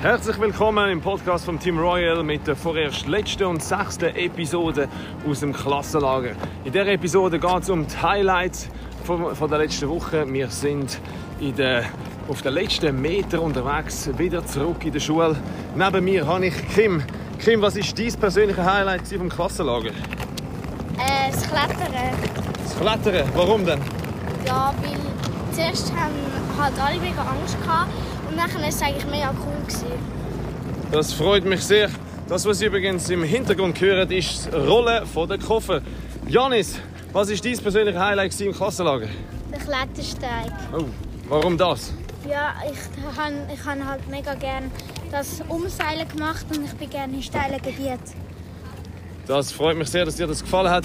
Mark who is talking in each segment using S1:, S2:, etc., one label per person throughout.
S1: Herzlich willkommen im Podcast von Team Royal mit der vorerst letzten und sechsten Episode aus dem Klassenlager. In dieser Episode geht es um die Highlights von, von der letzten Woche. Wir sind in der, auf den letzten Meter unterwegs, wieder zurück in der Schule. Neben mir habe ich Kim. Kim, was ist dein persönliches Highlight gewesen vom Klassenlager?
S2: Äh, das Klettern.
S1: Das Klettern. Warum denn?
S2: Ja, weil zuerst haben halt alle mega Angst gehabt und nachher ist es eigentlich mega cool gewesen.
S1: Das freut mich sehr. Das, was ihr übrigens im Hintergrund gehört, ist das Rollen von der Koffer. Janis, was ist dein persönliches Highlight gewesen im Klassenlager?
S2: Der Klettersteig.
S1: Oh, warum das?
S2: Ja, ich habe ich han halt mega gern das Umseilen gemacht und ich bin gerne in steilen Gebiet.
S1: Das freut mich sehr, dass dir das gefallen hat.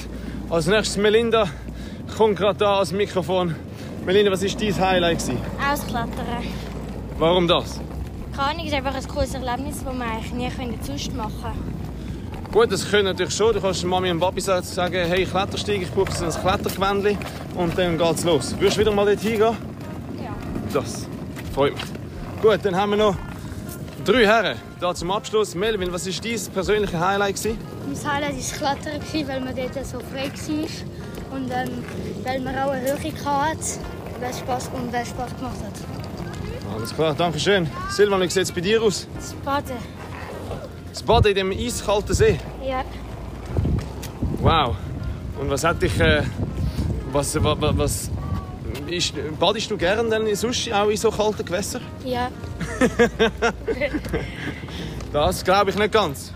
S1: Als nächstes Melinda kommt gerade da ans Mikrofon. Melinda, was ist dein Highlight gewesen?
S3: Ausklettern.
S1: Warum das?
S3: Keine Ahnung, ist einfach ein cooles Erlebnis, das man eigentlich nie können sonst machen könnte.
S1: Gut, das können natürlich schon. Du kannst Mami und Papi sagen, hey, Klettersteig, ich brauche so ein Klettergewändchen. Und dann geht's los. Würdest du wieder mal dort hingehen?
S3: Ja.
S1: Das freut mich. Gut, dann haben wir noch drei Herren. Da zum Abschluss. Melvin, was war dein persönliches Highlight? Gewesen?
S2: Mein Highlight war das Klettern, gewesen, weil man dort so frei war und ähm, weil man auch eine Höhe hatte und es Spaß, und es Spaß gemacht hat.
S1: Alles klar, danke schön. Silvan, wie sieht es bei dir aus?
S3: Das Baden.
S1: Das Baden in dem eiskalten See.
S3: Ja.
S1: Wow. Und was hat dich. Äh, was. was, was ist, badest du gern denn sonst auch in so kalten Gewässern?
S3: Ja.
S1: Das glaube ich nicht ganz.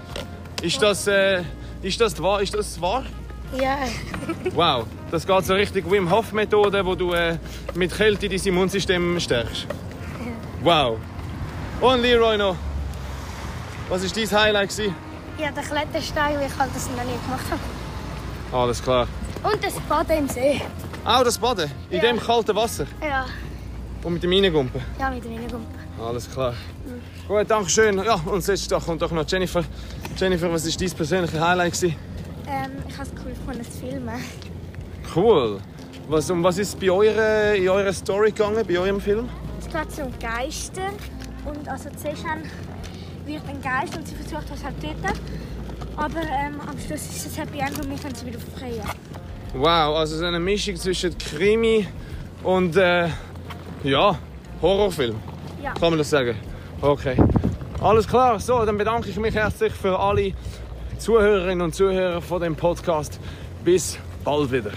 S1: Ist das. Äh, ist das wahr? Ist das wahr?
S3: Ja.
S1: Wow, das geht so richtig Wim Hof Methode, wo du äh, mit Kälte dein Immunsystem stärkst. Wow. Und Leroy noch. Was war dein Highlight? Gewesen?
S3: Ja, der Klettersteig, weil ich halt das noch nie gemacht habe.
S1: Alles klar.
S3: Und das Baden im See.
S1: Auch das Baden in dem kalten Wasser
S3: Ja.
S1: und mit dem Reingumpen.
S3: Ja, mit dem Reingumpen.
S1: Alles klar. Gut, danke schön. Ja, und jetzt da kommt doch noch Jennifer. Jennifer, was war dein persönliches Highlight? Gewesen?
S3: Ähm, ich habe es cool gefunden, zu filmen.
S1: Cool. Was, um was ist es bei eurer, in eurer Story gegangen, bei eurem Film?
S3: Station um Geister. Und also zuerst haben- wird ein Geist und sie versucht, was halt zu töten. Aber ähm, am Schluss ist es Happy End und wir können sie wieder befreien.
S1: Wow, also so eine Mischung zwischen Krimi und äh, ja, Horrorfilm.
S3: Ja.
S1: Kann man das sagen? Okay. Alles klar, so, dann bedanke ich mich herzlich für alle Zuhörerinnen und Zuhörer von dem Podcast. Bis bald wieder.